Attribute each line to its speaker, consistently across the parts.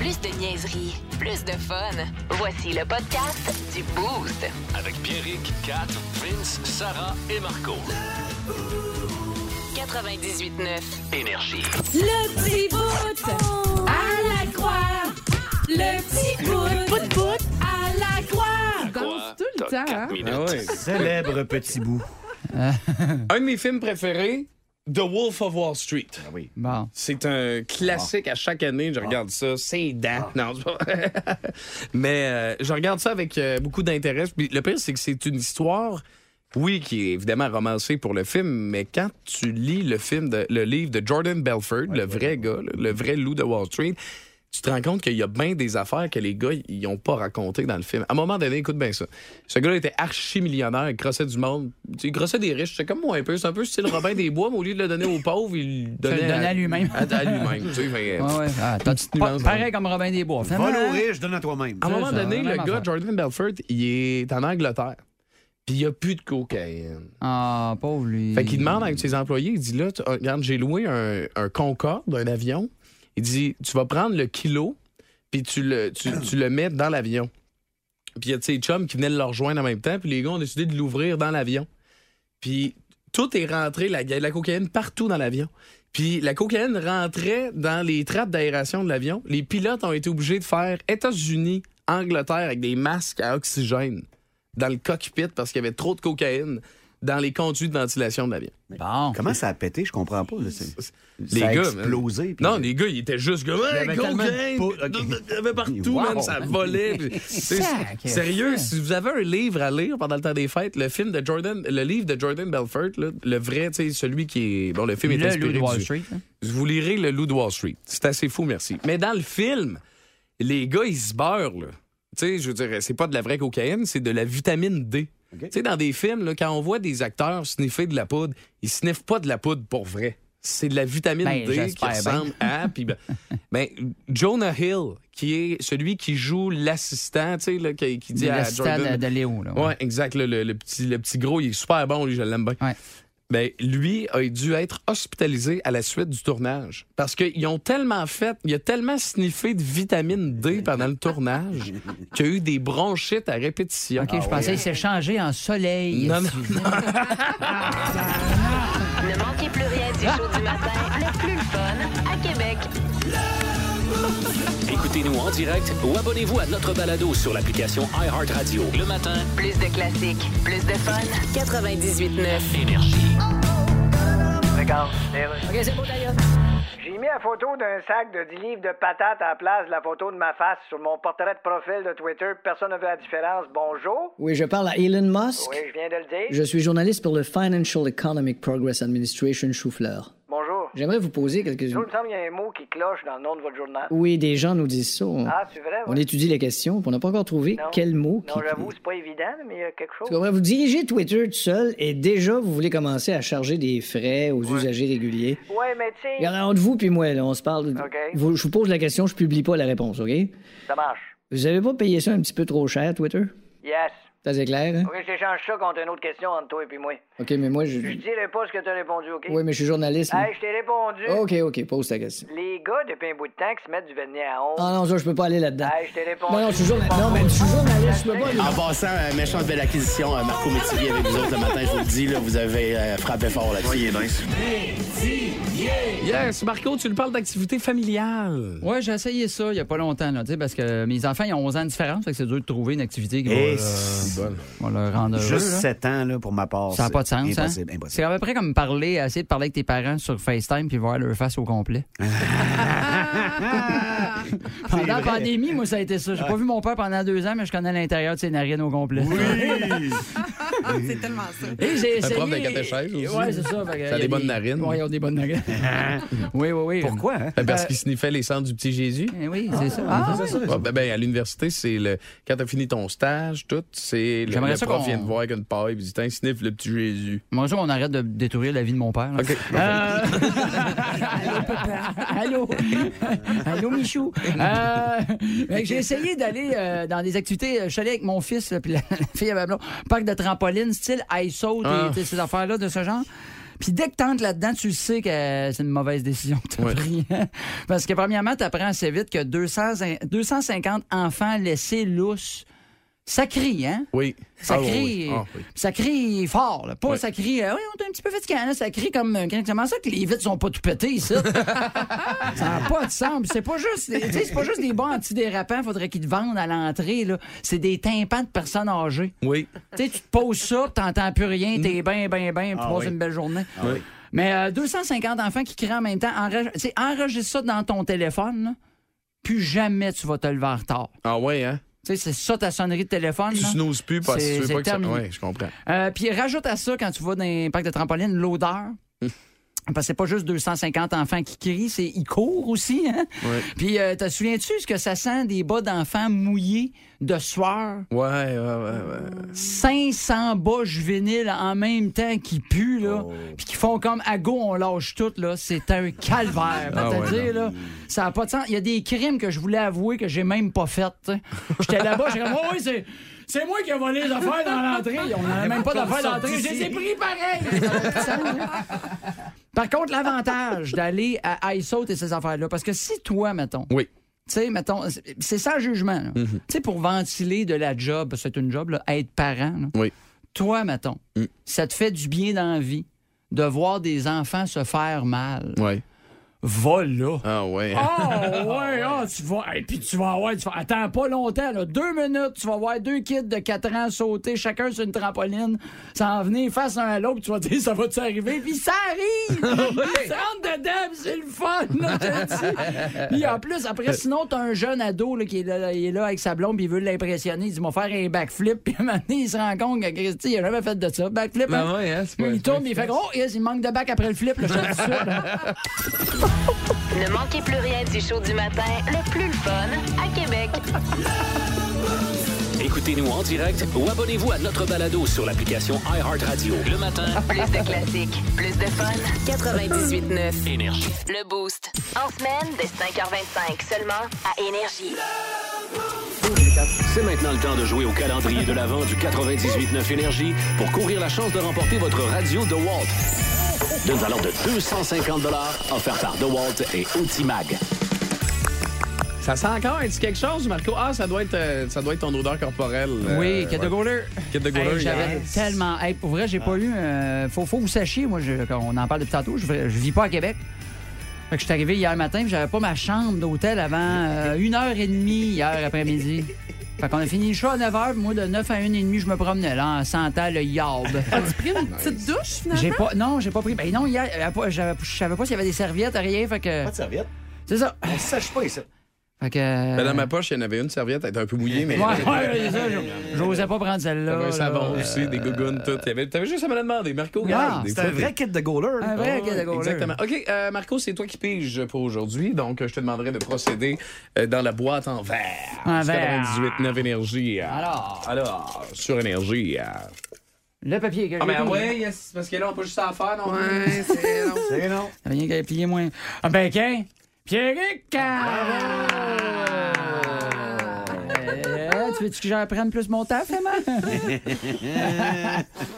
Speaker 1: Plus de niaiserie, plus de fun. Voici le podcast du Boost.
Speaker 2: Avec Pierrick, Kat, Vince, Sarah et Marco.
Speaker 1: 98.9.
Speaker 2: Énergie.
Speaker 3: Le petit bout à la croix. Le petit bout à la croix.
Speaker 2: Quoi?
Speaker 4: tout le
Speaker 2: T'as
Speaker 4: temps,
Speaker 2: quatre
Speaker 4: hein?
Speaker 2: minutes.
Speaker 5: Ah
Speaker 6: Célèbre petit bout.
Speaker 5: Un de mes films préférés, The Wolf of Wall Street.
Speaker 4: Bon.
Speaker 5: C'est un classique à chaque année. Je regarde ça. C'est dents. Non, c'est pas vrai. Mais euh, je regarde ça avec euh, beaucoup d'intérêt. Puis le pire, c'est que c'est une histoire, oui, qui est évidemment romancée pour le film, mais quand tu lis le film, de- le livre de Jordan Belford, le vrai gars, le, le vrai loup de Wall Street, tu te rends compte qu'il y a bien des affaires que les gars, ils n'ont pas racontées dans le film. À un moment donné, écoute bien ça. Ce gars-là était archi-millionnaire, il crossait du monde. Tu sais, Il crossait des riches, c'est comme moi un peu. C'est un peu style Robin des Bois, mais au lieu de le donner aux pauvres, il le donnait,
Speaker 4: le donnait à lui-même.
Speaker 5: À, à lui-même, tu sais. fait-
Speaker 4: Ah ouais. Ah, t'as-
Speaker 5: Petite
Speaker 4: pa-
Speaker 5: nuance,
Speaker 4: pareil
Speaker 5: hein.
Speaker 4: comme Robin des Bois. Finalement,
Speaker 6: Vole
Speaker 4: hein?
Speaker 6: aux riches, donne à toi-même.
Speaker 5: À un
Speaker 4: C'est
Speaker 5: moment
Speaker 4: ça,
Speaker 5: donné,
Speaker 4: la
Speaker 5: le
Speaker 4: même
Speaker 5: gars,
Speaker 4: affaire.
Speaker 5: Jordan Belfort, il est en Angleterre. Puis il n'y a plus de cocaïne.
Speaker 4: Ah, pauvre lui.
Speaker 5: Fait qu'il demande à un de ses employés, il dit là, tu- oh, regarde, j'ai loué un, un Concorde, un avion. Il dit, tu vas prendre le kilo, puis tu le, tu, tu le mets dans l'avion. Puis il y a de ses chums qui venaient de le rejoindre en même temps, puis les gars ont décidé de l'ouvrir dans l'avion. Puis tout est rentré, la, il y a de la cocaïne partout dans l'avion. Puis la cocaïne rentrait dans les trappes d'aération de l'avion. Les pilotes ont été obligés de faire États-Unis, Angleterre avec des masques à oxygène dans le cockpit parce qu'il y avait trop de cocaïne dans les conduits de ventilation de l'avion.
Speaker 4: Bon.
Speaker 6: Comment ça a pété? Je comprends pas. là, c'est-
Speaker 5: Les
Speaker 6: ça a
Speaker 5: gars, euh,
Speaker 6: explosé. puis-
Speaker 5: Non, les gars, ils étaient juste comme
Speaker 6: y
Speaker 5: hey,
Speaker 6: avait
Speaker 5: go
Speaker 6: tellement de
Speaker 5: gang!
Speaker 6: pou-
Speaker 5: Il y avait partout,
Speaker 6: Wow!
Speaker 5: man, ça volait. Puis, c'est-
Speaker 4: Sac,
Speaker 5: Sérieux, si vous avez un livre à lire pendant le temps des fêtes, le film de Jordan, le livre de Jordan Belfort, là, le vrai, tu sais, celui qui est bon, le film est
Speaker 4: Le
Speaker 5: inspiré
Speaker 4: loup de Wall
Speaker 5: du-
Speaker 4: Street. hein?
Speaker 5: Vous lirez le Loup de Wall Street. C'est assez fou, merci. Mais dans le film, les gars, ils se beurrent, là. Tu sais, je veux dire, c'est pas de la vraie cocaïne, c'est de la vitamine D. Tu sais, dans des films, là, quand on voit des acteurs sniffer de la poudre, ils sniffent pas de la poudre pour vrai. C'est de la vitamine
Speaker 4: Ben,
Speaker 5: D qui
Speaker 4: j'espère bien.
Speaker 5: ressemble à. puis ben, ben, Jonah Hill, qui est celui qui joue l'assistant, tu sais, là, qui, qui dit à
Speaker 4: L'assistant
Speaker 5: Jordan.
Speaker 4: de, de Léo. Là,
Speaker 5: Ouais, exact. là, le, le petit, le petit gros, il est super bon, lui, je l'aime bien.
Speaker 4: Ouais.
Speaker 5: Ben, lui a dû être hospitalisé à la suite du tournage. Parce qu'ils ont tellement fait, il a tellement sniffé de vitamine D pendant le tournage qu'il y a eu des bronchites à répétition. Ah
Speaker 4: OK, je pensais qu'il s'est changé en soleil.
Speaker 5: Non, non,
Speaker 1: Ne manquez plus rien du show du matin le plus fun à Québec.
Speaker 2: Écoutez-nous en direct ou abonnez-vous à notre balado sur l'application iHeartRadio. Le matin,
Speaker 1: Plus de classiques, plus de fun. 98.9.
Speaker 2: énergie.
Speaker 7: J'ai mis la photo d'un sac de 10 livres de patates à la place de la photo de ma face sur mon portrait de profil de Twitter. Personne n'a vu la différence. Bonjour.
Speaker 8: Oui, je parle à Elon Musk.
Speaker 7: Oui, je viens de le dire.
Speaker 8: Je suis journaliste pour le Financial Economic Progress Administration Choufleur.
Speaker 7: Bonjour.
Speaker 8: J'aimerais vous poser quelques...
Speaker 7: Il me semble qu'il y a un mot qui cloche dans le nom de votre journal.
Speaker 8: Oui, des gens nous disent ça. On,
Speaker 7: Ah, c'est vrai? ouais.
Speaker 8: on étudie les questions, puis on n'a pas encore trouvé
Speaker 7: Non.
Speaker 8: quel mot
Speaker 7: Non,
Speaker 8: qui...
Speaker 7: j'avoue, c'est pas évident, mais il y a quelque chose.
Speaker 8: Tu comprends? Vous dirigez Twitter tout seul et déjà, vous voulez commencer à charger des frais aux usagers réguliers.
Speaker 7: Ouais, mais tu sais,
Speaker 8: Regardez, entre vous puis moi, là, on se parle...
Speaker 7: OK.
Speaker 8: Vous- je vous pose la question, je publie pas la réponse, OK?
Speaker 7: ça marche.
Speaker 8: Vous avez pas payé ça un petit peu trop cher, Twitter?
Speaker 7: Yes.
Speaker 8: Ça, c'est clair, hein?
Speaker 7: OK, je t'échange ça contre une autre question entre toi et puis moi.
Speaker 8: OK, mais moi, je...
Speaker 7: Je dirai pas ce que t'as répondu, OK?
Speaker 8: Oui, mais je suis journaliste. là.
Speaker 7: Hey, je t'ai répondu.
Speaker 8: OK, OK, pose ta question.
Speaker 7: Les gars, depuis un bout de temps, qui se mettent du vernis à ongles.
Speaker 8: Ah non, ça, je peux pas aller là-dedans.
Speaker 7: Hey, je t'ai répondu.
Speaker 8: Non, non, je suis journaliste. Non, mais je suis journaliste, je peux pas aller
Speaker 9: En passant, euh, méchante belle acquisition, euh, Marco Métivier avec vous autres le matin, je vous le dis, là, vous avez euh, frappé fort là-dessus.
Speaker 5: Yes, Marco, tu nous parles d'activité familiale.
Speaker 4: Ouais, j'ai essayé ça il n'y a pas longtemps, là, tu sais, parce que mes enfants, ils ont 11 ans de différence, fait que c'est dur de trouver une activité qui va,
Speaker 6: Et
Speaker 4: euh,
Speaker 6: Eh, c'est
Speaker 4: va leur rendre heureux.
Speaker 6: Juste
Speaker 4: là.
Speaker 6: 7 ans là, pour ma part.
Speaker 4: Ça n'a
Speaker 6: c'est
Speaker 4: pas de sens, hein?
Speaker 6: Impossible,
Speaker 4: C'est
Speaker 6: impossible.
Speaker 4: à peu près comme parler, essayer de parler avec tes parents sur FaceTime puis voir leur face au complet. pendant la pandémie, moi, ça a été ça. J'ai pas vu mon père pendant deux ans, mais je connais l'intérieur de ses narines au complet.
Speaker 3: C'est tellement ça.
Speaker 4: Et j'ai essayé...
Speaker 5: prof de catéchèse aussi.
Speaker 4: Ouais, c'est ça. fait que
Speaker 5: Ça a
Speaker 4: y
Speaker 5: des bonnes narines.
Speaker 4: Ouais, Euh, ils ont des bonnes narines. oui, oui, oui.
Speaker 6: Pourquoi? Hein?
Speaker 5: Ben, Parce qu'il sniffait les cendres du petit Jésus.
Speaker 4: Eh Oui, c'est ça. Ah,
Speaker 6: C'est ça,
Speaker 5: Ouais, ben, ben, à l'université, c'est le. Quand t'as fini ton stage, tout, c'est. Le,
Speaker 4: J'aimerais
Speaker 5: le
Speaker 4: ça
Speaker 5: prof
Speaker 4: qu'on-
Speaker 5: vient te voir avec une paille, puis il dit Tiens, sniff le petit Jésus.
Speaker 4: Moi, on arrête de détruire la vie de mon père. là.
Speaker 5: OK.
Speaker 4: Euh, Allô, papa. Allô. Allô, Michou. Euh, fait que J'ai essayé d'aller euh, dans des activités. Je suis allé avec mon fils, là, puis la, la fille à Babylon. Parc de trampoline, style ISO,
Speaker 5: Ah.
Speaker 4: des- des- ces affaires-là de ce genre. Puis dès que t'entres là-dedans, tu le sais que c'est une mauvaise décision que t'as
Speaker 5: Ouais.
Speaker 4: prise. Parce que premièrement, t'apprends assez vite que 200 250 enfants laissés lousses, ça crie, hein?
Speaker 5: Oui.
Speaker 4: Ça
Speaker 5: Ah, oui,
Speaker 4: crie,
Speaker 5: oui. Ah, oui.
Speaker 4: ça crie fort, là. Pas
Speaker 5: Ouais.
Speaker 4: ça crie, euh, oui, on est un petit peu fatigué, là. Ça crie comme, euh, comment ça que les vitres sont pas tout pétées, ici? ça n'a pas de sens. Puis C'est pas juste, des- tu sais, c'est pas juste des bons antidérapants, faudrait qu'ils te vendent à l'entrée, là. C'est des tympans de personnes âgées.
Speaker 5: Oui.
Speaker 4: Tu sais, tu te poses ça, tu n'entends plus rien, t'es bien, bien, bien, tu
Speaker 6: Ah
Speaker 4: passes
Speaker 6: oui.
Speaker 4: une belle journée.
Speaker 6: oui.
Speaker 4: Mais euh, 250 enfants qui crient en même temps, enre- tu sais, enregistre ça dans ton téléphone, là. plus jamais tu vas te lever en retard.
Speaker 5: Ah ouais, hein?
Speaker 4: Tu sais, c'est ça ta sonnerie de téléphone.
Speaker 5: Tu
Speaker 4: là.
Speaker 5: snooze plus parce
Speaker 4: C'est-
Speaker 5: que tu veux
Speaker 4: c'est
Speaker 5: pas que ça...
Speaker 4: terminé.
Speaker 5: Ouais, je comprends.
Speaker 4: Euh, puis rajoute à ça, quand tu vas dans un parc de trampoline, l'odeur. Parce que c'est pas juste 250 enfants qui crient, c'est ils courent aussi. Hein?
Speaker 5: Ouais.
Speaker 4: Puis euh, te souviens-tu ce que ça sent des bas d'enfants mouillés de sueur?
Speaker 5: Ouais, ouais, ouais, ouais.
Speaker 4: 500 bas juvéniles en même temps qui puent, là,
Speaker 5: Oh.
Speaker 4: puis qui font comme à go, on lâche tout, là. C'est un calvaire,
Speaker 5: Ah
Speaker 4: pour te
Speaker 5: ouais,
Speaker 4: dire, là. Ça n'a pas de sens. Il y a des crimes que je voulais avouer que j'ai même pas fait. t'sais. J'étais là-bas, j'étais comme, oh, oui, c'est. C'est moi qui ai volé les affaires dans l'entrée. On n'en a même pas d'affaires dans l'entrée. Je les ai pris pareil. Ça n'a pas de sens, là. Par contre, l'avantage d'aller à ISO et ces affaires-là, parce que si toi, mettons,
Speaker 5: Oui. Mm-hmm.
Speaker 4: tu sais, mettons, c'est- c'est sans jugement. là. Tu sais, pour ventiler de la job, c'est une job, là, être parent. là.
Speaker 5: Oui. Mm.
Speaker 4: Toi, mettons, ça te fait du bien dans la vie de voir des enfants se faire mal.
Speaker 5: Ouais.
Speaker 4: Va là.
Speaker 5: Ah ouais. hein?
Speaker 4: Oh, ouais, ah, tu vas. Et puis tu vas avoir. tu vas- attends pas longtemps, là. Deux minutes, tu vas voir deux kids de 4 ans sauter, chacun sur une trampoline, s'en venir face un à l'autre, puis tu vas te dire, ça va-tu arriver? Puis ça arrive! Ils rentrent dedans, puis c'est le fun, là, je te le dis. Puis en plus,
Speaker 5: Euh.
Speaker 4: après, sinon, t'as un jeune ado, là, qui est là, il est là avec sa blonde, puis il veut l'impressionner. Il dit, m'a faire un backflip, puis à un moment donné, il se rend compte que Christy, il a jamais fait de ça. Backflip, hein?
Speaker 5: Ben ouais, hein, c'est
Speaker 4: Puis
Speaker 5: pas-
Speaker 4: il tourne, puis il fait, oh, yes, il manque de back après le flip, là, je te le dis ça, là.
Speaker 1: Ne manquez plus rien du show du matin, le plus le fun à Québec.
Speaker 2: Écoutez-nous en direct ou abonnez-vous à notre balado sur l'application iHeartRadio. Le matin,
Speaker 1: Plus de classiques, plus de fun. 98.9,
Speaker 2: énergie.
Speaker 1: le Boost. En semaine, dès 5h25, seulement à Énergie.
Speaker 2: C'est maintenant le temps de jouer au calendrier de l'Avent du 98.9 Énergie pour courir la chance de remporter votre radio DeWalt. D'une valeur de 250 offerte par DeWalt et Ultimag.
Speaker 5: Ça sent encore un petit quelque chose, Marco? Ah, ça doit être, euh, ça doit être ton odeur corporelle. euh,
Speaker 4: Oui, Kid de
Speaker 5: ouais.
Speaker 4: Gauler.
Speaker 5: Kid de Gauler,
Speaker 4: Hey, J'avais
Speaker 5: yes.
Speaker 4: tellement. Hey, pour vrai, j'ai pas eu. euh, faut, faut que vous sachiez, moi, je- quand on en parle depuis tantôt, je, je vis pas à Québec. Fait que je suis arrivé hier matin, puis j'avais pas ma chambre d'hôtel avant euh, une heure et demie hier après-midi. Fait qu'on a fini le show à 9h, puis moi, de 9 à 1h30, je me promenais, là, en sentant le yard.
Speaker 3: As-tu pris une petite douche,
Speaker 4: J'ai
Speaker 3: finalement?
Speaker 4: pas, non, j'ai pas pris. Ben non, hier, euh, pas- j'avais- je savais pas s'il y avait des serviettes, rien, fait que.
Speaker 9: Pas de serviette.
Speaker 4: C'est ça.
Speaker 9: On ne sache pas ici.
Speaker 4: Fait que.
Speaker 5: Ben, dans ma poche, il y en avait une serviette, elle était un peu mouillée, mais.
Speaker 4: Ouais, Euh, ouais, c'est ça, j'osais pas prendre celle-là.
Speaker 5: T'avais un
Speaker 4: là.
Speaker 5: savon aussi, des gougounes, tout. T'avais t'avais juste à me le demander. Marco, regarde. des
Speaker 6: C'est
Speaker 5: fois,
Speaker 6: un vrai kit de goaler.
Speaker 4: Un vrai Kid de Gauler.
Speaker 5: Exactement. OK, euh, Marco, c'est toi qui pige pour aujourd'hui. Donc, euh, je te demanderai de procéder euh, dans la boîte en verre.
Speaker 4: En verre.
Speaker 5: 98-9 énergie. euh,
Speaker 4: Alors.
Speaker 5: Alors, sur énergie. euh.
Speaker 4: Le papier que j'ai. pris.
Speaker 5: yes, parce que là, on peut juste en faire, non? Ouais, c'est.
Speaker 6: C'est non.
Speaker 4: Ça vient qu'à plier moins. Ah ben qu'un, Pierrick! Ah. Euh, Tu veux-tu que j'en prenne plus mon taf, Emma?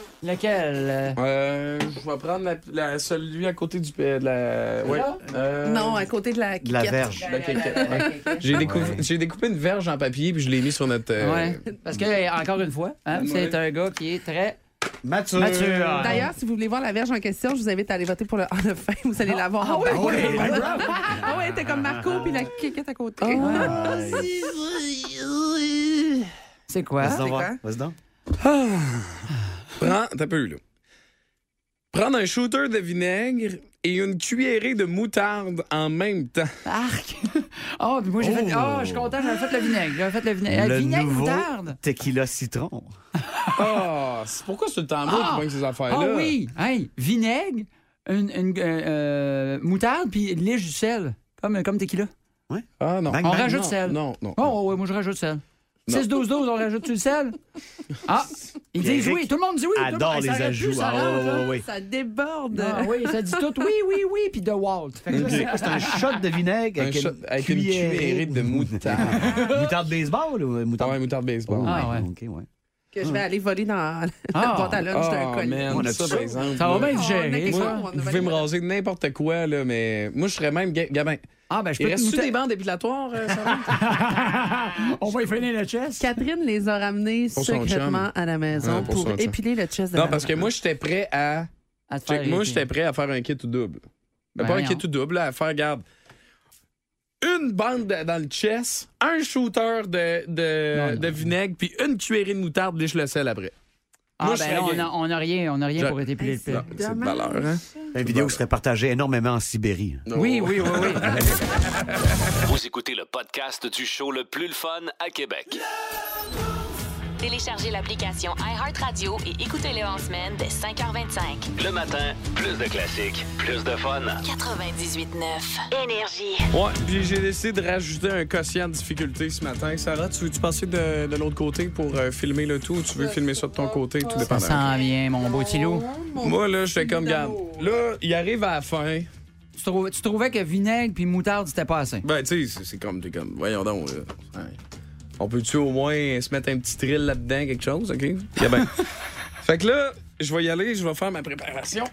Speaker 4: Lequel? euh?
Speaker 5: Euh, je vais prendre la, la- celui à côté du. euh, de la, ouais. Euh,
Speaker 3: Non, à côté de la
Speaker 6: De la
Speaker 3: quiquette.
Speaker 6: verge.
Speaker 5: la quéquette, ouais. J'ai découpé, j'ai découpé une verge en papier puis je l'ai mis sur notre. euh,
Speaker 4: Ouais. Parce que, encore une fois, hein, c'est un gars qui est très
Speaker 6: Mathieu.
Speaker 4: mature.
Speaker 3: D'ailleurs, si vous voulez voir la verge en question, je vous invite à aller voter pour le Hall of Fame. Vous allez la voir. Ah, oui, ah ouais, t'es comme Marco puis la quiquette à côté.
Speaker 4: Ah, C'est quoi?
Speaker 6: Vas-y donc,
Speaker 3: quoi?
Speaker 6: voir. Vas-y donc.
Speaker 5: Prends, t'as peu, là. Prendre un shooter de vinaigre et une cuillerée de moutarde en même temps.
Speaker 4: Arc! Oh, puis moi, j'ai fait. Oh, je suis content, j'avais fait le vinaigre. J'avais fait le vinaigre. Le vinaigre
Speaker 6: nouveau
Speaker 4: moutarde!
Speaker 6: Tequila citron.
Speaker 5: Ah, c'est pourquoi c'est le temps beau
Speaker 4: Ah!
Speaker 5: qui pogne ces affaires-là?
Speaker 4: Ah oui! Hey, vinaigre, une, une, euh, euh, moutarde, puis une lige du sel. Comme, comme tequila.
Speaker 5: Ah non.
Speaker 6: Bang,
Speaker 4: On
Speaker 6: bang.
Speaker 4: rajoute
Speaker 5: non,
Speaker 4: sel.
Speaker 5: Non, non.
Speaker 4: Oh, ouais, moi, je rajoute sel. 6-12-12, on rajoute du sel? Ah! Ils
Speaker 6: Pierrick
Speaker 4: disent oui, tout le monde dit oui. tout le
Speaker 6: Adore
Speaker 4: monde-
Speaker 6: les
Speaker 4: ça aurait pu,
Speaker 6: ajouts. Ah,
Speaker 4: ça rentre,
Speaker 6: ouais,
Speaker 4: là.
Speaker 6: ouais, ouais.
Speaker 3: Ça déborde.
Speaker 4: Ah oui, ça dit tout oui, oui, oui, puis de Walt. Fait que là, c'est-
Speaker 6: C'est un shot de vinaigre
Speaker 5: Un
Speaker 6: avec,
Speaker 5: shot-
Speaker 6: une,
Speaker 5: avec une cuillerée de moutarde.
Speaker 6: moutarde baseball ou moutarde?
Speaker 5: ouais, moutarde baseball.
Speaker 6: Oh,
Speaker 4: Ah, ouais.
Speaker 6: OK, ouais.
Speaker 10: que je vais aller voler dans la boîte à lunch d'un
Speaker 5: Ah,
Speaker 10: collègue.
Speaker 5: man,
Speaker 6: On a
Speaker 5: ça,
Speaker 6: tout
Speaker 5: par
Speaker 6: ça.
Speaker 5: exemple.
Speaker 4: Ça va
Speaker 5: là. Ah,
Speaker 4: bien se
Speaker 10: Oh, on a
Speaker 4: gérer.
Speaker 10: quelque
Speaker 4: ça.
Speaker 10: chose.
Speaker 5: Moi, vous pouvez me raser n'importe quoi, là, mais moi, je serais même ga- gamin.
Speaker 4: Ah, ben, je
Speaker 5: Il
Speaker 4: peux te
Speaker 5: reste-tu
Speaker 4: muter-
Speaker 5: des bandes épilatoires, euh, Sarah?
Speaker 4: On va y finir le chest.
Speaker 10: Catherine les a ramenés
Speaker 5: Pour son
Speaker 10: secrètement
Speaker 5: chum.
Speaker 10: à la maison
Speaker 5: Ouais, pour
Speaker 10: pour,
Speaker 5: son chum.
Speaker 10: épiler le chest de
Speaker 5: Non,
Speaker 10: la
Speaker 5: parce que
Speaker 10: maman.
Speaker 5: moi, j'étais prêt à.
Speaker 4: À
Speaker 5: Check,
Speaker 4: te faire
Speaker 5: moi,
Speaker 4: aider.
Speaker 5: j'étais prêt à faire un kit ou double. Mais pas
Speaker 4: Ben
Speaker 5: un
Speaker 4: voyons.
Speaker 5: kit ou double, là, à faire, garde. Une bande de- dans le chest, un shooter de, de,
Speaker 4: Non, non.
Speaker 5: de vinaigre, puis une cuillerée de moutarde, lèche le sel après.
Speaker 4: Ah,
Speaker 5: moi, je
Speaker 4: ben,
Speaker 5: serais
Speaker 4: on
Speaker 5: gay.
Speaker 4: a, on a rien, on a rien
Speaker 5: Je-
Speaker 4: pour être épilé le pire.
Speaker 5: Non, C'est de valeur, hein?
Speaker 6: La vidéo qui serait partagée énormément en Sibérie.
Speaker 4: Oui, oui, oui, oui.
Speaker 2: Vous écoutez le podcast du show le plus le fun à Québec.
Speaker 1: Téléchargez l'application iHeartRadio et écoutez-le en semaine dès 5h25.
Speaker 2: Le matin, plus de classiques, plus de fun.
Speaker 1: 98.9. Énergie.
Speaker 5: Ouais, puis j'ai décidé de rajouter un quotient de difficulté ce matin. Sarah, tu veux-tu passer de, de l'autre côté pour euh, filmer le tout ou tu veux filmer ça de ton côté, tout
Speaker 4: Ça
Speaker 5: dépendant?
Speaker 4: sent bien, mon beau petit loup.
Speaker 5: Moi, là, je fais comme, garde. Là, il arrive à la fin.
Speaker 4: Tu, trou- tu trouvais que vinaigre puis moutarde, c'était pas assez.
Speaker 5: Ben, tu sais, c'est- c'est comme, t'es comme, voyons donc. là. Ouais. On peut-tu au moins se mettre un petit thrill là-dedans, quelque chose, OK? Yeah, ben. fait que là, je vais y aller, je vais faire ma préparation.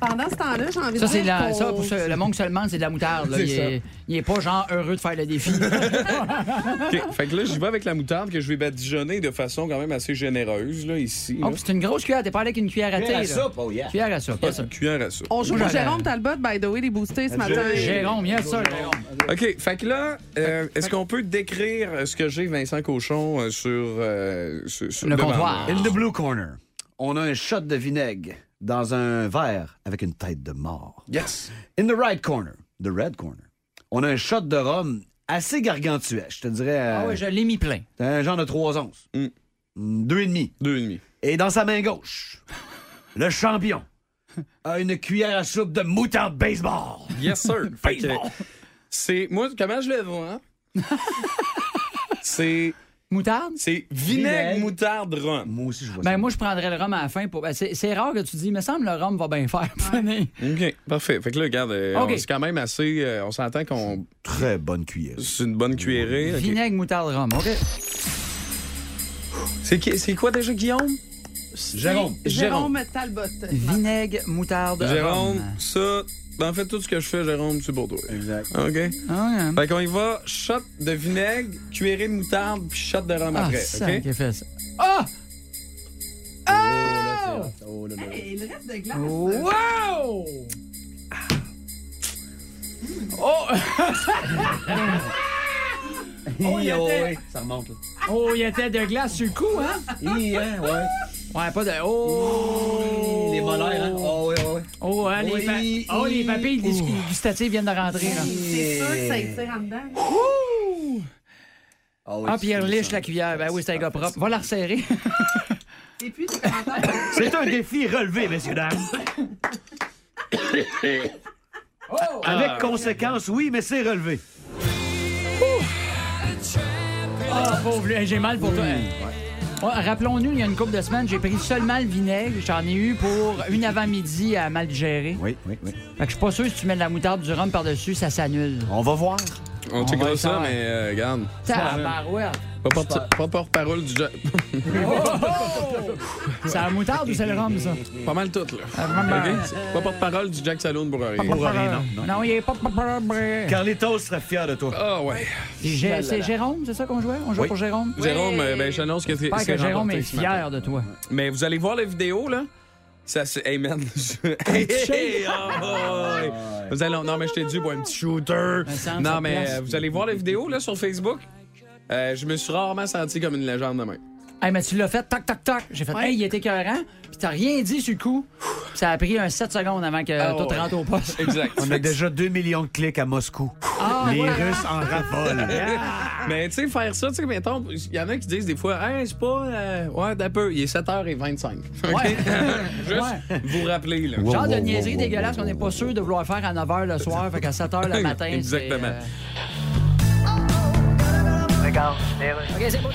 Speaker 10: Pendant ce temps-là, j'ai envie
Speaker 4: Ça,
Speaker 10: de
Speaker 4: c'est
Speaker 10: dire
Speaker 4: de la-
Speaker 10: qu'on-
Speaker 4: ça, pour ce- le monde qui se le demande, c'est de la moutarde. là.
Speaker 5: C'est
Speaker 4: Il,
Speaker 5: ça.
Speaker 4: est, il est pas genre heureux de faire le défi.
Speaker 5: OK, Fait que là, je vais avec la moutarde que je vais badigeonner de façon quand même assez généreuse, là, ici.
Speaker 4: Oh,
Speaker 5: là.
Speaker 4: puis c'est une grosse cuillère. T'es pas allé avec une cuillère à thé. là. Cuillère à soupe.
Speaker 5: Une cuillère à ça.
Speaker 10: On joue
Speaker 4: Moi,
Speaker 10: à
Speaker 4: j'avais-
Speaker 10: Jérôme Talbot, by the way, les boostés ce matin.
Speaker 4: Jérôme, il y a ça, Jérôme.
Speaker 5: OK, fait que là, euh, est-ce qu'on peut décrire euh, ce que j'ai, Vincent Cochon, euh, sur, euh, sur- sur-
Speaker 4: Le
Speaker 5: devant
Speaker 4: comptoir.
Speaker 5: moi?
Speaker 6: In the blue corner, on a un shot de vinaigre dans un verre avec une tête de mort.
Speaker 5: Yes.
Speaker 6: In the right corner, the red corner, on a un shot de rhum assez gargantuesque, je te dirais. euh,
Speaker 4: Ah oui, je l'ai mis plein.
Speaker 6: Un genre de 3 onces.
Speaker 5: Mm.
Speaker 6: Mm, Deux et demi.
Speaker 5: Deux et demi.
Speaker 6: Et dans sa main gauche, le champion a une cuillère à soupe de moutarde baseball.
Speaker 5: Yes, sir. Fait que, c'est. Moi, comment je le vois? c'est.
Speaker 4: Moutarde?
Speaker 5: C'est vinaigre,
Speaker 6: Vinaigre.
Speaker 5: moutarde, rhum.
Speaker 6: Moi aussi, je vois
Speaker 4: Ben
Speaker 6: ça.
Speaker 4: moi, je prendrais le rhum à la fin. Pour... ben, c'est c'est rare que tu dis, mais semble le rhum va bien faire. Fanny.
Speaker 5: OK, parfait. Fait que là, regarde, euh,
Speaker 4: OK.
Speaker 5: on- c'est quand même assez. euh, on s'entend qu'on.
Speaker 6: Très bonne cuillère.
Speaker 5: C'est une bonne cuillerée. OK.
Speaker 4: Vinaigre, moutarde, rhum. OK.
Speaker 5: C'est qui- C'est quoi déjà, Guillaume?
Speaker 6: Jérôme.
Speaker 10: Jérôme Talbot.
Speaker 4: Vinaigre, moutarde,
Speaker 5: Jérôme,
Speaker 4: rhum.
Speaker 5: ça. ben, en fait, tout ce que je fais, Jérôme, c'est pour toi.
Speaker 6: Exact.
Speaker 5: OK?
Speaker 4: Ah, ouais.
Speaker 5: Fait qu'on y va, shot de vinaigre, cuillerée de moutarde, puis shot de rhum
Speaker 4: Ah,
Speaker 5: après.
Speaker 4: ça
Speaker 5: OK?
Speaker 4: qui a fait ça. Oh! Ah! Oh!
Speaker 6: Oh
Speaker 10: Et le reste de glace.
Speaker 4: Wow! Oh! oh, il était...
Speaker 6: Ça remonte, là.
Speaker 4: oh, il était de glace sur le coup, hein?
Speaker 6: Hi, hein, ouais.
Speaker 4: Ouais, pas de. Oh!
Speaker 6: Les molaires, hein. Oh, ouais, ouais, ouais.
Speaker 4: Oh, hein, les, pa-
Speaker 6: Oui.
Speaker 4: oh, les papilles les gu- gustatives viennent de rentrer, là.
Speaker 10: C'est sûr que ça étire en dedans.
Speaker 6: Ah, oui,
Speaker 4: Ah, puis
Speaker 6: c'est
Speaker 4: elle liche
Speaker 6: ça.
Speaker 4: la cuillère. Ben oui, c'est un gars propre. Va la resserrer.
Speaker 10: Et puis, les commentaires.
Speaker 6: C'est un défi relevé, messieurs, dames. Avec conséquences, oui, mais c'est relevé.
Speaker 4: Ah, pauvre, lui, j'ai mal pour toi. Ouais, Oh, Rappelons-nous, il y a une couple de semaines, j'ai pris seulement le vinaigre. J'en ai eu pour une avant-midi à mal gérer.
Speaker 6: Oui, oui, oui.
Speaker 4: Fait que je suis pas sûr que si tu mets de la moutarde du rhum par-dessus, ça s'annule.
Speaker 6: On va voir.
Speaker 5: On
Speaker 4: On va
Speaker 5: checkera
Speaker 4: le
Speaker 5: ça,
Speaker 4: faire.
Speaker 5: mais euh, regarde.
Speaker 4: Tabarouette.
Speaker 5: Pas porte- pas porte-parole du. jo-
Speaker 4: C'est la moutarde ou c'est le rhum, ça?
Speaker 5: Pas mal tout, là.
Speaker 4: ben,
Speaker 5: Ok? C'est Pas porte-parole du Jack Saloon pour rien.
Speaker 6: Ah, Pour rien, non.
Speaker 4: bah. Non, il est pas. pas- pas- pas-
Speaker 6: Carlitos serait fier de toi.
Speaker 5: Ah ouais.
Speaker 4: Gé- C'est Jérôme, c'est ça qu'on jouait? On jouait
Speaker 6: Oui.
Speaker 4: pour Jérôme?
Speaker 5: Jérôme, euh, ben, j'annonce que c'est
Speaker 4: J'espère que
Speaker 5: c'est
Speaker 4: Jérôme
Speaker 5: remporté
Speaker 4: est
Speaker 5: ce matin.
Speaker 4: fier de toi.
Speaker 5: Mais vous allez voir la vidéo, là. Ça, c'est. Hey, man. je- Hey, hey, oh, ouais. Vous allez. Non, mais je t'ai dit, bois un petit shooter.
Speaker 4: Ben, ça, ça
Speaker 5: Non, mais
Speaker 4: place.
Speaker 5: euh, vous allez voir la vidéo, là, sur Facebook. Euh, je me suis rarement senti comme une légende demain.
Speaker 4: Hey, mais tu l'as fait, toc, toc, toc. J'ai fait, hey, il était écœurant, puis t'as rien dit sur le coup. Puis ça a pris un 7 secondes avant que
Speaker 5: Ah,
Speaker 4: tout
Speaker 5: ouais.
Speaker 4: rentre au poste.
Speaker 5: Exact.
Speaker 6: On a déjà 2 millions de clics à Moscou. Les Russes en raffolent.
Speaker 5: Mais tu sais, faire ça, tu sais, mettons, il y en a qui disent des fois, hey, c'est pas. euh, ouais, d'un peu. Il est 7h25. OK?
Speaker 4: Ouais.
Speaker 5: Juste
Speaker 4: Ouais.
Speaker 5: vous rappeler, là.
Speaker 6: Wow,
Speaker 4: Genre de
Speaker 6: wow,
Speaker 4: niaiserie
Speaker 6: wow,
Speaker 4: dégueulasse
Speaker 6: wow,
Speaker 4: qu'on n'est pas sûr de vouloir faire à 9 h le soir, fait qu'à 7 h le matin. c'est,
Speaker 5: Exactement.
Speaker 4: euh,
Speaker 8: OK, c'est beau,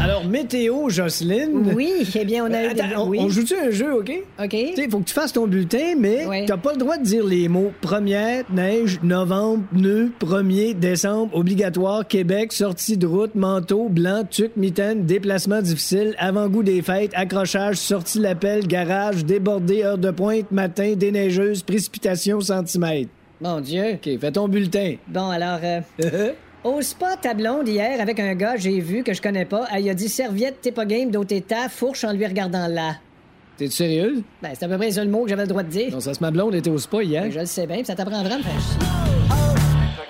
Speaker 8: Alors, météo, Jocelyne.
Speaker 11: Oui, eh bien, on a eu
Speaker 8: Attends,
Speaker 11: des-
Speaker 8: on,
Speaker 11: oui.
Speaker 8: on joue-tu un jeu, OK?
Speaker 11: OK.
Speaker 8: Tu sais, faut que tu fasses ton bulletin, mais
Speaker 11: Ouais.
Speaker 8: t'as pas le droit de dire les mots première, neige, novembre, nœud, 1er, décembre, obligatoire, Québec, sortie de route, manteau, blanc, tuc, mitaine, déplacement difficile, avant-goût des fêtes, accrochage, sortie l'appel, garage, débordé, heure de pointe, matin, déneigeuse, précipitation, centimètres.
Speaker 11: Mon Dieu.
Speaker 8: OK, fais ton bulletin.
Speaker 11: Bon, alors, euh, au spa Tablonde, hier, avec un gars, j'ai vu que je connais pas, elle, il a dit serviette, t'es pas game, d'autres états, fourche en lui regardant là.
Speaker 8: T'es sérieuse?
Speaker 11: Ben, c'est à peu près le seul mot que j'avais le droit de dire. Ben,
Speaker 8: Non, ça se ma blonde était au spa hier.
Speaker 11: Je le sais bien, puis ça ben, t'apprendra à me faire chier.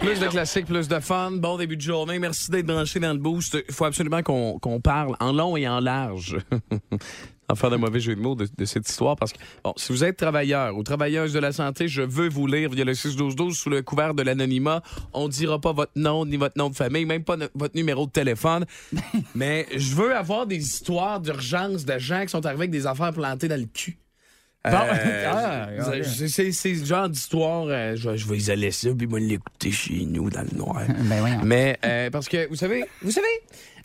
Speaker 5: Plus de classiques, plus de fun. Bon début de journée. Merci d'être branché dans le boost. Il faut absolument qu'on qu'on parle en long et en large. en faire un mauvais jeu de mots de, de cette histoire parce que, bon, si vous êtes travailleur ou travailleuse de la santé, je veux vous lire via le 6-12-12 sous le couvert de l'anonymat. On dira pas votre nom ni votre nom de famille, même pas no- votre numéro de téléphone. Mais je veux avoir des histoires d'urgence de gens qui sont arrivés avec des affaires plantées dans le cul.
Speaker 6: Bon,
Speaker 4: Euh,
Speaker 6: ah,
Speaker 5: Euh, je-
Speaker 6: ouais.
Speaker 5: je- c'est c'est le genre d'histoire, euh, je, vais- je vais isoler ça, puis moi l'écouter chez nous dans le noir. Mais euh, parce que, vous savez, vous savez,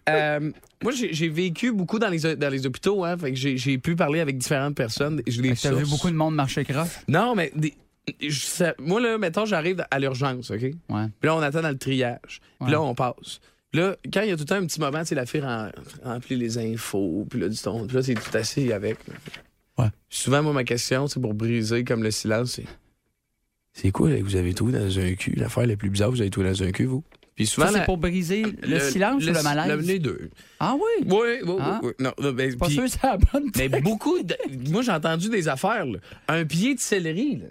Speaker 5: euh, moi j'ai j'ai vécu beaucoup dans les, ho- dans les hôpitaux, hein, fait que j'ai j'ai pu parler avec différentes personnes. Je les
Speaker 4: T'as vu beaucoup de monde marcher croche?
Speaker 5: Non, mais des- je sais- moi, là, mettons, j'arrive à l'urgence, OK? Puis là, on attend dans le triage. Puis là, on passe. Puis là, quand il y a tout le temps un petit moment, tu sais, la fille rem- remplit les infos, puis là, du ton. Puis là, c'est tout assis avec. Ouais. Souvent, moi, ma question, c'est pour briser comme le silence, c'est. C'est quoi, là, que vous avez tout dans un cul? L'affaire la plus bizarre, vous avez tout dans un cul, vous? Puis
Speaker 4: Ça,
Speaker 5: souvent.
Speaker 4: c'est
Speaker 5: la-
Speaker 4: pour briser le, silence ou le
Speaker 5: si-
Speaker 4: malaise?
Speaker 5: Les deux.
Speaker 4: Ah oui?
Speaker 5: Oui, oui, oui.
Speaker 4: Ah.
Speaker 5: oui. Non, non, ben,
Speaker 4: Pas
Speaker 5: puis-
Speaker 4: sûr que c'est la bonne
Speaker 5: mais beaucoup. de- Moi, j'ai entendu des affaires. là. Un pied de céleri. là.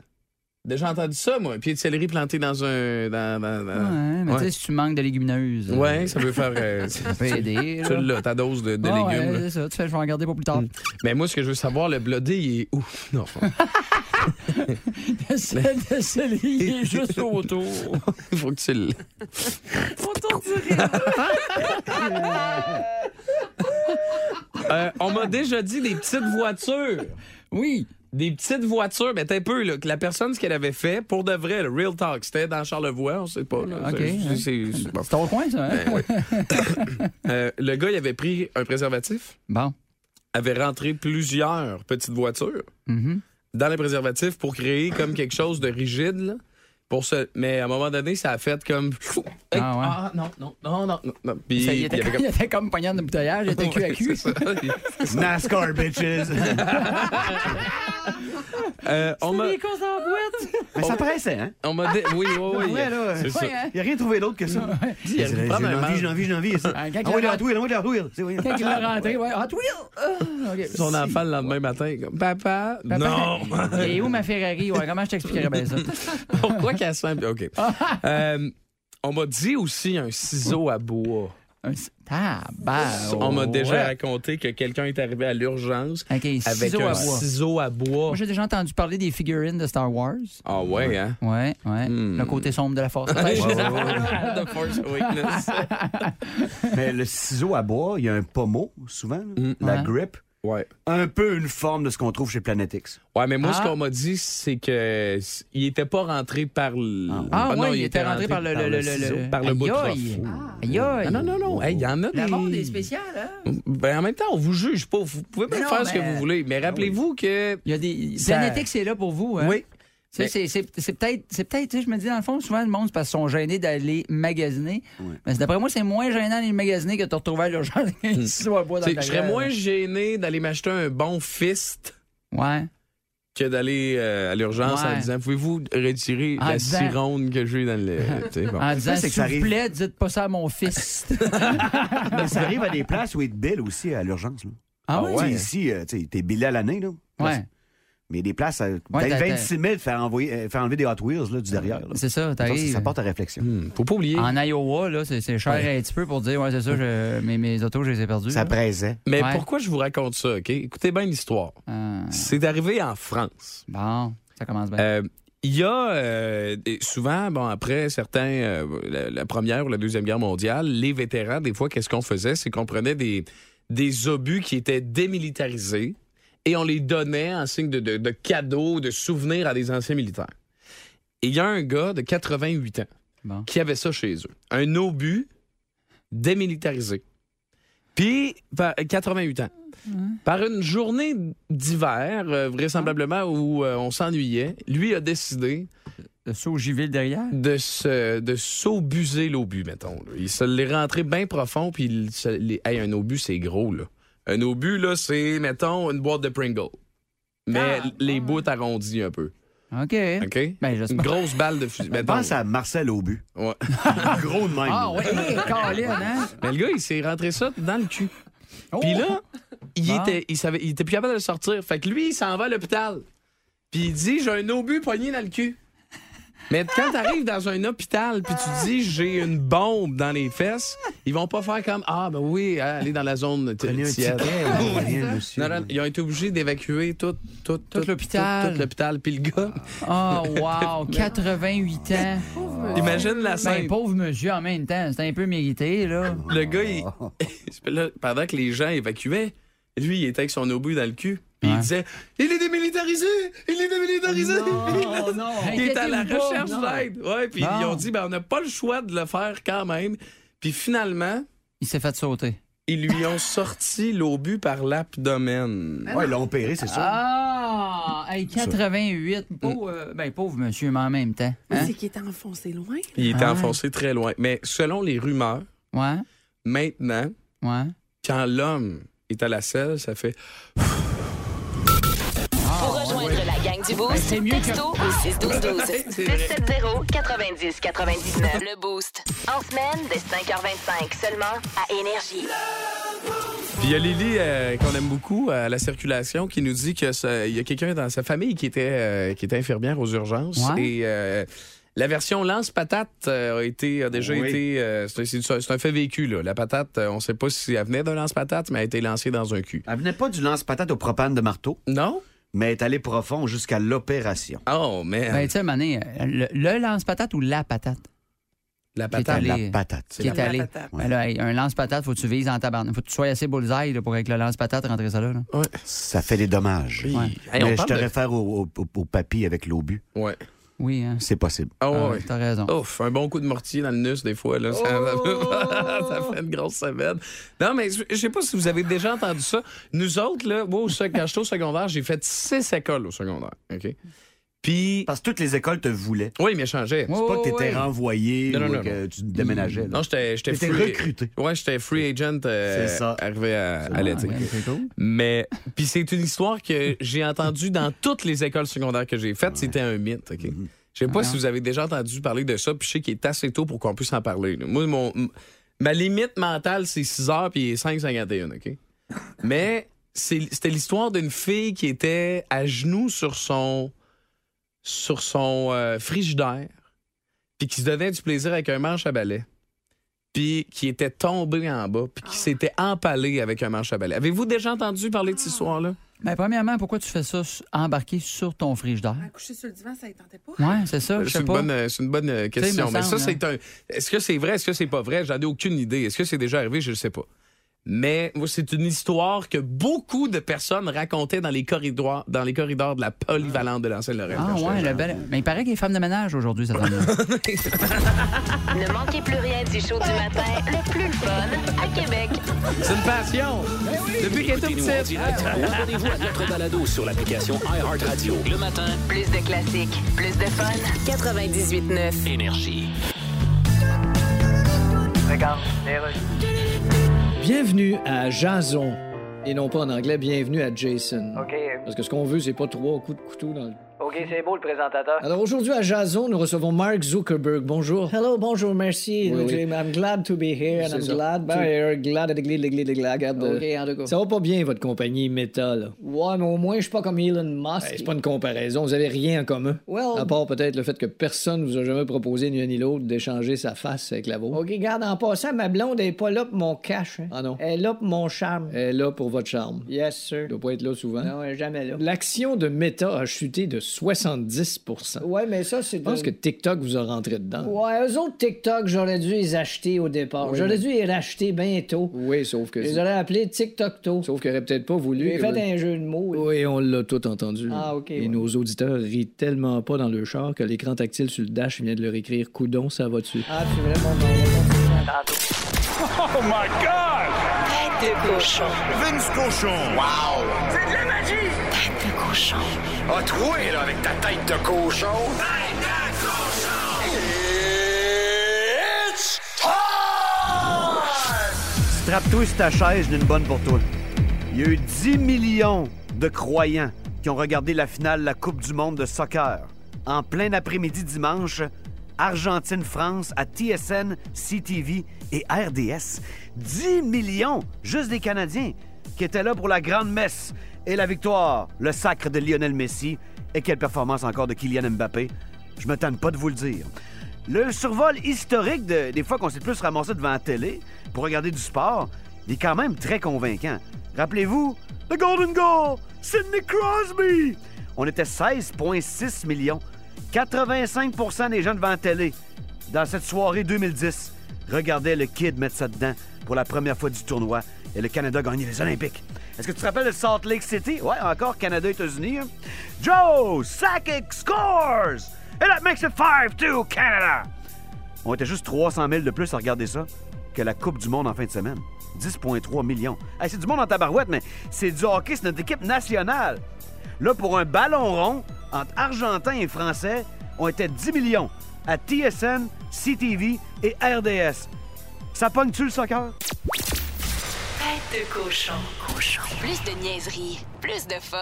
Speaker 5: Déjà entendu ça, moi. Un pied de céleri planté dans un. Dans, dans- dans-
Speaker 4: Ouais, mais
Speaker 5: Ouais.
Speaker 4: tu sais, si tu manques de légumineuses. euh,
Speaker 5: Ouais, ça peut faire. euh,
Speaker 4: Ça peut aider,
Speaker 5: Tu
Speaker 4: là.
Speaker 5: l'as, ta dose de, de
Speaker 4: Ah ouais,
Speaker 5: légumes. là.
Speaker 4: c'est ça. Tu fais, je vais en garder pour plus tard.
Speaker 5: Mais moi, ce que je veux savoir, le blodé, il est où? Non.
Speaker 4: Le sel de céleri, il est juste autour.
Speaker 5: Il faut que tu le. Euh, on m'a déjà dit des petites voitures.
Speaker 4: Oui.
Speaker 5: Des petites voitures, mais t'es un peu, là, que la personne, ce qu'elle avait fait, pour de vrai, le real talk, c'était dans Charlevoix, on sait pas. là.
Speaker 4: OK.
Speaker 5: C'est- c'est- c'est- c'est- bon.
Speaker 4: C'est ton coin, ça, hein?
Speaker 5: Euh, le gars, il avait pris un préservatif.
Speaker 4: Bon.
Speaker 5: Avait rentré plusieurs petites voitures
Speaker 4: Mhm.
Speaker 5: dans les préservatifs pour créer comme quelque chose de rigide. là, pour se... Mais à un moment donné, ça a fait comme.
Speaker 4: Ah ouais.
Speaker 5: Ah, non, non, non, non, non, non. Puis,
Speaker 4: Ça,
Speaker 5: il
Speaker 4: il, était
Speaker 5: y avait
Speaker 4: comme, il était comme pognant de bouteillage, il était cul à cul.
Speaker 5: Ouais, c'est ça.
Speaker 6: NASCAR, bitches.
Speaker 5: Euh, on m'a.
Speaker 4: causes en boîte!
Speaker 6: Mais ça paraissait, hein?
Speaker 5: On m'a dit. Oui, oui, oui.
Speaker 6: Ouais, là,
Speaker 5: c'est ça.
Speaker 4: hein.
Speaker 6: Il n'y a rien trouvé d'autre que ça. Dis,
Speaker 5: il
Speaker 6: J'ai
Speaker 5: prend un
Speaker 6: l'envie,
Speaker 5: mal.
Speaker 6: j'ai l'envie, j'ai l'envie. ça.
Speaker 4: Ah, quand il
Speaker 6: Ah oui,
Speaker 4: l'a-
Speaker 6: la Hot Wheel, ah oui, la Hot Wheel. C'est oui.
Speaker 4: Quand il l'a rentré, ouais, Hot Wheel! Ah, ok.
Speaker 5: Son enfant, le lendemain matin, il est comme Papa,
Speaker 4: Papa,
Speaker 5: non!
Speaker 4: Et où ma Ferrari? Ouais, comment je t'expliquerais bien ça?
Speaker 5: Pourquoi qu'elle sent. OK. Euh, on m'a dit aussi un ciseau à bois.
Speaker 4: Un c- tabarouette.
Speaker 5: On m'a déjà raconté que quelqu'un est arrivé à l'urgence
Speaker 4: Avec un
Speaker 5: avec
Speaker 4: ciseau
Speaker 5: un
Speaker 4: à bois.
Speaker 5: ciseau à bois.
Speaker 4: Moi, j'ai déjà entendu parler des figurines de Star Wars.
Speaker 5: Ah ouais, hein?
Speaker 4: Ouais, ouais.
Speaker 5: Hmm.
Speaker 4: Le côté sombre de la force.
Speaker 5: The Force Awakens.
Speaker 6: Mais le ciseau à bois, il y a un pommeau, souvent. là. La
Speaker 4: Ouais.
Speaker 6: grip.
Speaker 5: Ouais.
Speaker 6: Un peu une forme de ce qu'on trouve chez Planet X.
Speaker 5: Ouais, mais moi, ce
Speaker 4: Ah.
Speaker 5: qu'on m'a dit, c'est que s- il était pas rentré par le.
Speaker 4: Ah, ouais, il était rentré par le- le- le- le-
Speaker 5: ciseau,
Speaker 4: le-
Speaker 5: par le bout de
Speaker 4: Aïe,
Speaker 5: rough.
Speaker 4: aïe. Aïe, aïe.
Speaker 5: Ah, non, non, non. Hey, Il y en a des.
Speaker 10: Le monde est spécial, hein?
Speaker 5: Ben, en même temps, on vous juge pas. Vous pouvez pas
Speaker 4: Mais non,
Speaker 5: faire ce que
Speaker 4: mais-
Speaker 5: vous voulez. Mais Ah rappelez-vous que.
Speaker 4: Il y a des.
Speaker 5: Ça-
Speaker 4: Planétique, c'est là pour vous, hein?
Speaker 5: Oui.
Speaker 4: Tu
Speaker 5: Mais-
Speaker 4: sais, C'est c'est- c'est peut-être, c'est peut-être, tu sais, je me dis, dans le fond, souvent, le monde, c'est parce qu'ils sont gênés d'aller magasiner. Mais c'est- d'après moi, c'est moins gênant d'aller magasiner que de te retrouver à l'urgence avec un ciseau à bois dans
Speaker 5: Tu sais,
Speaker 4: ta
Speaker 5: Hmm. Je serais
Speaker 4: gueule.
Speaker 5: moins gêné d'aller m'acheter un bon fist
Speaker 4: Ouais.
Speaker 5: que d'aller euh, à l'urgence
Speaker 4: Ouais.
Speaker 5: en disant Pouvez-vous retirer
Speaker 4: En
Speaker 5: la
Speaker 4: disant-
Speaker 5: sironde que j'ai dans le. Tu sais, bon.
Speaker 4: En disant,
Speaker 6: c'est que
Speaker 4: s'il
Speaker 6: ça
Speaker 4: vous
Speaker 6: arrive.
Speaker 4: plaît, dites pas Ah, ça Ah à mon fils.
Speaker 6: Mais ça arrive à des places où il te bille aussi à l'urgence. là.
Speaker 4: ah
Speaker 6: Tu
Speaker 4: ouais?
Speaker 6: sais, Ici, euh, tu sais, t'es billé à l'année. là.
Speaker 4: Ouais.
Speaker 6: Mais des places, euh,
Speaker 4: Ouais,
Speaker 6: peut-être
Speaker 4: t'as-
Speaker 6: 26 000, faire, envoyer, euh, faire enlever des Hot Wheels là, du derrière. là.
Speaker 4: C'est ça,
Speaker 6: Ça, ça,
Speaker 4: t'arrives.
Speaker 6: ça porte à réflexion.
Speaker 5: Hmm, Faut pas oublier.
Speaker 4: En Iowa, là, c'est c'est cher un petit peu pour dire, ouais, c'est ça, je- mes, mes autos, je les ai perdues.
Speaker 6: Ça
Speaker 4: là.
Speaker 6: présait.
Speaker 5: Mais
Speaker 4: Ouais.
Speaker 5: pourquoi je vous raconte ça, OK? Écoutez bien l'histoire.
Speaker 4: Ah,
Speaker 5: C'est arrivé en France.
Speaker 4: bon, ça commence bien.
Speaker 5: Euh, Il y a euh, des- souvent, bon, après certains, euh, la, la première ou la deuxième guerre mondiale, les vétérans, des fois, qu'est-ce qu'on faisait? C'est qu'on prenait des, des obus qui étaient démilitarisés et on les donnait en signe de, de, de cadeaux, de souvenirs à des anciens militaires. Et il y a un gars de 88 ans
Speaker 4: Bon.
Speaker 5: qui avait ça chez eux. Un obus démilitarisé. Puis, par- 88 ans. Par une journée d'hiver, euh, vraisemblablement, où euh, on s'ennuyait, lui a décidé. De s'ogiver derrière? De se, de s'obuser l'obus, mettons. là. Il se l'est rentré bien profond, puis il se l'est- hey, un obus, c'est gros, là. Un obus, là, c'est, mettons, une boîte de Pringle. Mais les bouts arrondis un peu.
Speaker 4: OK.
Speaker 5: Ah.
Speaker 4: Ben,
Speaker 5: OK? une grosse balle de fusil. Pense à Marcel Obus. Ouais. Gros de même.
Speaker 4: Ah oui, hey, Colin, hein?
Speaker 5: Mais le gars, il s'est rentré ça dans le cul.
Speaker 4: Oh!
Speaker 5: Puis là, il,
Speaker 4: Bon.
Speaker 5: était, il, savait, il était plus capable de le sortir. Fait que lui, il s'en va à l'hôpital. Puis il dit J'ai un obus poigné dans le cul. Mais quand t'arrives dans un hôpital puis tu dis j'ai une bombe dans les fesses, ils vont pas faire comme ah ben oui hein, allez dans la zone t- tiède.
Speaker 6: ticket, ou rien,
Speaker 5: Non, non, ils ont été obligés d'évacuer tout tout tout,
Speaker 4: l'hôpital.
Speaker 5: tout, tout l'hôpital puis le gars.
Speaker 4: Oh, wow, 88 ans.
Speaker 5: Imagine la scène.
Speaker 4: Ah. Ben, pauvre monsieur en même temps, c'est un peu mérité, là.
Speaker 5: Le gars, il-
Speaker 4: Ah.
Speaker 5: là, pendant que les gens évacuaient, lui, il était avec son obus dans le cul. Puis il disait Il est démilitarisé Il est démilitarisé
Speaker 4: Non, non.
Speaker 5: Il est à la
Speaker 4: Inquiétez-vous pas,
Speaker 5: recherche
Speaker 4: non.
Speaker 5: d'aide. Ouais, puis
Speaker 4: Bon.
Speaker 5: ils ont dit ben, On n'a pas le choix de le faire quand même. Puis finalement,
Speaker 4: Il s'est fait sauter.
Speaker 5: ils lui ont sorti l'obus par l'abdomen.
Speaker 4: Ouais, ils
Speaker 5: l'ont opéré, c'est
Speaker 4: Ah, hey, 88, pauvre, euh, ben, pauvre monsieur, mais en même temps. hein?
Speaker 10: Hein? C'est qu'il est enfoncé loin.
Speaker 5: Il était
Speaker 4: Ah.
Speaker 5: enfoncé très loin. Mais selon les rumeurs,
Speaker 4: Ouais,
Speaker 5: maintenant,
Speaker 4: ouais.
Speaker 5: quand l'homme est à la selle, ça fait
Speaker 1: Pour rejoindre la gang du Boost, texto au 612 12 670 90 99. Le Boost. En semaine, dès 5h25 seulement à Énergie.
Speaker 5: Puis il y a Lily euh, qu'on aime beaucoup euh, à la circulation qui nous dit que ça- il y a quelqu'un dans sa famille qui était euh, qui était infirmière aux urgences
Speaker 2: Ouais.
Speaker 5: et euh, la version lance patate a été a déjà
Speaker 2: Oui.
Speaker 5: été euh, c'est c'est- c'est un fait vécu là. La patate, euh, on sait pas si elle venait d'un lance patate mais elle a été lancée dans un cul.
Speaker 6: Elle venait pas du lance-patate au propane de marteau.
Speaker 5: Non.
Speaker 6: Mais elle est allée profond jusqu'à l'opération.
Speaker 5: Oh man.
Speaker 4: Ben, tu sais, Mané, le, le lance-patate ou la patate?
Speaker 5: La
Speaker 4: Qui est
Speaker 6: patate.
Speaker 4: allé-
Speaker 6: La patate.
Speaker 4: Qui est
Speaker 6: La
Speaker 4: allé.
Speaker 6: patate.
Speaker 4: Ben là, hey, un lance-patate, faut que tu vises en tabarnak. Faut que tu sois assez bullseye là, pour avec le lance-patate rentrer ça là. là.
Speaker 6: Ça fait des dommages.
Speaker 4: Ouais.
Speaker 5: Hey, on
Speaker 6: mais je
Speaker 5: parle
Speaker 6: te
Speaker 5: de-
Speaker 6: réfère au, au- au- au papy avec l'obus.
Speaker 5: Ouais.
Speaker 4: Oui, hein.
Speaker 6: C'est possible.
Speaker 5: Ah ouais,
Speaker 4: Ah,
Speaker 5: ouais.
Speaker 4: t'as raison.
Speaker 5: Ouf, un bon coup de mortier dans le nus des fois là, ça, ça fait une grosse semaine. Non mais je je sais pas si vous avez déjà entendu ça. Nous autres là, moi au sec- quand j'étais au secondaire, j'ai fait six écoles au secondaire, OK Puis
Speaker 6: Ah, Parce que toutes les écoles te voulaient.
Speaker 5: Oui, mais changeaient.
Speaker 6: C'est pas que t'étais renvoyé
Speaker 5: Oh, Non, non,
Speaker 6: ou
Speaker 5: non,
Speaker 6: que tu déménageais. là.
Speaker 5: Non, j'étais j'étais
Speaker 6: T'étais
Speaker 5: free-
Speaker 6: recruté.
Speaker 5: Ouais, j'étais free agent euh,
Speaker 6: C'est ça.
Speaker 5: arrivé à, à l'été.
Speaker 4: ouais, c'est cool.
Speaker 5: Mais puis c'est une histoire que j'ai entendue dans toutes les écoles secondaires que j'ai faites, c'était un mythe, OK. Je sais pas
Speaker 4: Ouais.
Speaker 5: si vous avez déjà entendu parler de ça, puis je sais qu'il est assez tôt pour qu'on puisse en parler. là. Moi mon m- ma limite mentale c'est 6 heures puis il est 5:51, OK. Mais c'est- c'était l'histoire d'une fille qui était à genoux sur son sur son euh, frigidaire, puis qui se donnait du plaisir avec un manche à balai, puis qui était tombée en bas, puis qui s'était empalée avec un manche à balai. Avez-vous déjà entendu parler de cette histoire-là?
Speaker 4: Ben, premièrement, pourquoi tu fais ça s- embarqué sur ton frigidaire?
Speaker 10: Couché sur le divan, ça ne tentait pas.
Speaker 4: Ouais, c'est
Speaker 8: Ah,
Speaker 4: ça, je
Speaker 5: C'est
Speaker 4: sais
Speaker 5: une,
Speaker 4: pas.
Speaker 5: bonne, euh, c'est une bonne euh,
Speaker 4: sais, il me
Speaker 5: question. Mais ça,
Speaker 4: semble,
Speaker 5: c'est
Speaker 8: hein.
Speaker 5: un. Est-ce que c'est vrai? Est-ce que c'est pas vrai? J'en ai aucune idée. Est-ce que c'est déjà arrivé? Je ne sais pas. Mais moi, c'est une histoire que beaucoup de personnes racontaient dans les corridors, dans les corridors de la polyvalente de l'ancienne Lorraine.
Speaker 4: Ah ouais, le bel. Mais il paraît qu'il est femme de ménage aujourd'hui, cette femme-là.
Speaker 1: Ne manquez plus rien du show du matin, le plus fun à Québec.
Speaker 5: C'est une passion.
Speaker 11: Eh
Speaker 5: Depuis qu'elle est toute
Speaker 2: Écoutez-nous en
Speaker 5: petite.
Speaker 2: direct ou abonnez-vous à notre balado sur l'application iHeartRadio. Le matin,
Speaker 1: Plus de classiques, plus de fun. 98.9.
Speaker 2: énergie.
Speaker 7: Regarde,
Speaker 8: Bienvenue à Jason. Et non pas en anglais, bienvenue à Jason.
Speaker 7: OK.
Speaker 8: Parce que ce qu'on veut, c'est pas trois coups de couteau dans le.
Speaker 7: OK, c'est beau le présentateur.
Speaker 8: Alors aujourd'hui à Jason, nous recevons Mark Zuckerberg. Bonjour.
Speaker 11: Hello, bonjour, merci.
Speaker 8: Oui, oui.
Speaker 11: I'm glad to be here and
Speaker 8: C'est
Speaker 11: I'm
Speaker 8: ça.
Speaker 11: glad
Speaker 8: Tu-
Speaker 11: to... You're glad at the glad, glad, glad, glad.
Speaker 8: euh,
Speaker 11: OK, en tout cas.
Speaker 8: Ça va pas bien, votre compagnie Meta, là.
Speaker 11: Ouais, mais au moins, je suis pas comme Elon Musk.
Speaker 8: Hey, c'est pas une comparaison, vous avez rien en commun.
Speaker 11: Well-
Speaker 8: À part peut-être le fait que personne vous a jamais proposé, ni un ni l'autre, d'échanger sa face avec la vôtre.
Speaker 11: OK, garde, en passant, ma blonde elle est pas là pour mon cash. hein.
Speaker 8: Ah non.
Speaker 11: Elle est là pour mon charme.
Speaker 8: Elle est là pour votre charme.
Speaker 11: Yes, sir.
Speaker 8: Elle doit pas être là souvent.
Speaker 11: Non, elle est jamais là.
Speaker 8: L'action de Meta a chuté de 70 Je
Speaker 11: Ouais, mais ça, c'est...
Speaker 8: pense
Speaker 11: de-
Speaker 8: que TikTok vous a rentré dedans.
Speaker 11: Ouais, eux autres TikTok, j'aurais dû les acheter au départ.
Speaker 8: Oui,
Speaker 11: j'aurais
Speaker 8: mais-
Speaker 11: dû les racheter bientôt.
Speaker 8: Oui, sauf que.
Speaker 11: Je les aurais appelés TikTok-to.
Speaker 8: Sauf qu'il aurait peut-être pas voulu.
Speaker 11: J'ai
Speaker 8: que-
Speaker 11: fait un jeu de mots. là.
Speaker 8: Oui, on l'a tout entendu.
Speaker 11: Ah, ok,
Speaker 8: Et
Speaker 11: ouais.
Speaker 8: nos auditeurs rient tellement pas dans le char que l'écran tactile sur le dash vient de leur écrire Coudon, ça va dessus.
Speaker 11: Ah, tu vraiment...
Speaker 1: tantôt. Oh my God! Tête de cochon.
Speaker 12: Vince cochon. Wow!
Speaker 1: C'est de la magie! Tête de cochon.
Speaker 12: A troué, Ah, là, avec ta tête de cochon. Tête de cochon! It's
Speaker 6: Strappe-toi sur ta chaise d'une bonne pour toi. Il y a eu 10 millions de croyants qui ont regardé la finale de la Coupe du monde de soccer. En plein après-midi dimanche, Argentine-France à TSN, CTV et RDS. 10 millions, juste des Canadiens, qui étaient là pour la grande messe et la victoire, le sacre de Lionel Messi et quelle performance encore de Kylian Mbappé. Je me tente pas de vous le dire. Le survol historique de- des fois qu'on s'est plus ramassé devant la télé pour regarder du sport, il est quand même très convaincant. Rappelez-vous, The Golden Goal, Sidney Crosby! On était 16,6 millions. 85 des gens devant la télé, dans cette soirée 2010, regardaient le kid mettre ça dedans pour la première fois du tournoi et le Canada gagner les Olympiques. Est-ce que tu te rappelles de Salt Lake City? Ouais, encore Canada-États-Unis. hein. Joe Sakic scores! And that makes it 5-2 Canada! On était juste 300 000 de plus à regarder ça que la Coupe du Monde en fin de semaine. 10,3 millions. Hey, c'est du monde en tabarouette, mais c'est du hockey, c'est notre équipe nationale. Là, pour un ballon rond, entre Argentins et Français, on était 10 millions à TSN, CTV et RDS. Ça pogne-tu le soccer?
Speaker 1: Tête de cochon. Cochon. Plus de niaiserie, plus de fun.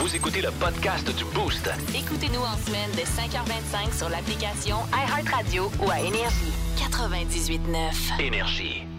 Speaker 2: Vous écoutez le podcast du Boost.
Speaker 1: Écoutez-nous en semaine de 5h25 sur l'application iHeartRadio ou à Énergie 98.9.
Speaker 2: Énergie.